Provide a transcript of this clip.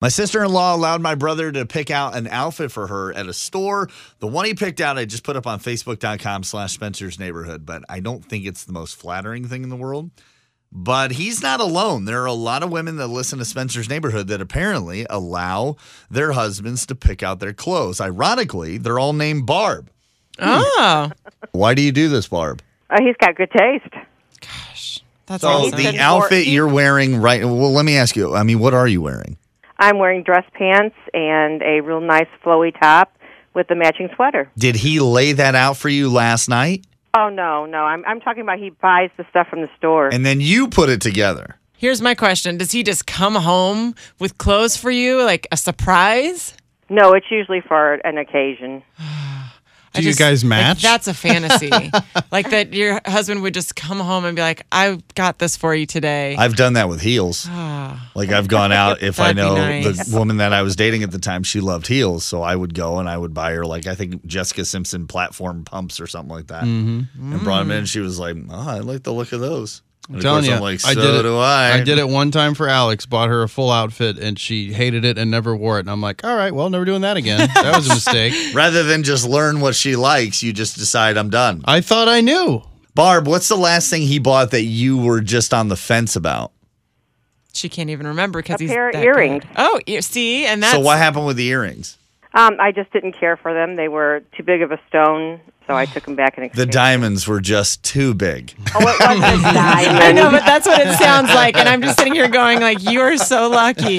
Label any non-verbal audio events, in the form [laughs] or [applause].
My sister in law allowed my brother to pick out an outfit for her at a store. The one he picked out, I just put up on facebook.com slash Spencer's Neighborhood, but I don't think it's the most flattering thing in the world. But he's not alone. There are a lot of women that listen to Spencer's Neighborhood that apparently allow their husbands to pick out their clothes. Ironically, they're all named Barb. Oh, Why do you do this, Barb? Oh, he's got good taste. gosh. That's So, awesome. the Ethan outfit Horton. you're wearing right well, let me ask you, I mean, what are you wearing? I'm wearing dress pants and a real nice flowy top with the matching sweater. Did he lay that out for you last night? Oh no, no, I'm I'm talking about he buys the stuff from the store. And then you put it together. Here's my question Does he just come home with clothes for you, like a surprise? no, it's usually for an occasion. I Do you just- guys like, match? that's a [laughs] fantasy. like that your husband would just come home and be like, I got this for you today. I've done that with heels. Like I've gone out if I Ah. That'd be know nice. the woman that I was dating at the time, she loved heels, so I would go and I would buy her like I think Jessica Simpson platform pumps or something like that, and brought Mm. them in. She was like, "Oh, I like the look of those." And Mm-hmm. I'm of telling course you, I'm like, so I did it. do I. I did it one time for Alex. Bought her a full outfit, and she hated it and never wore it. And I'm like, all right, well, never doing that again. That was a mistake. [laughs] Rather than just learn what she likes, you just decide I'm done. I thought I knew. Barb, what's the last thing he bought that you were just on the fence about? she can't even remember because A he's pair of that earrings. good. Oh, ear- see, and that's so what happened with the earrings? Um, I just didn't care for them. They were too big of a stone, so I took them back and The diamonds were just too big. oh, it wasn't a [laughs] diamond. I know, but that's [laughs] what it sounds like. And I'm just sitting here going, like, you are so lucky.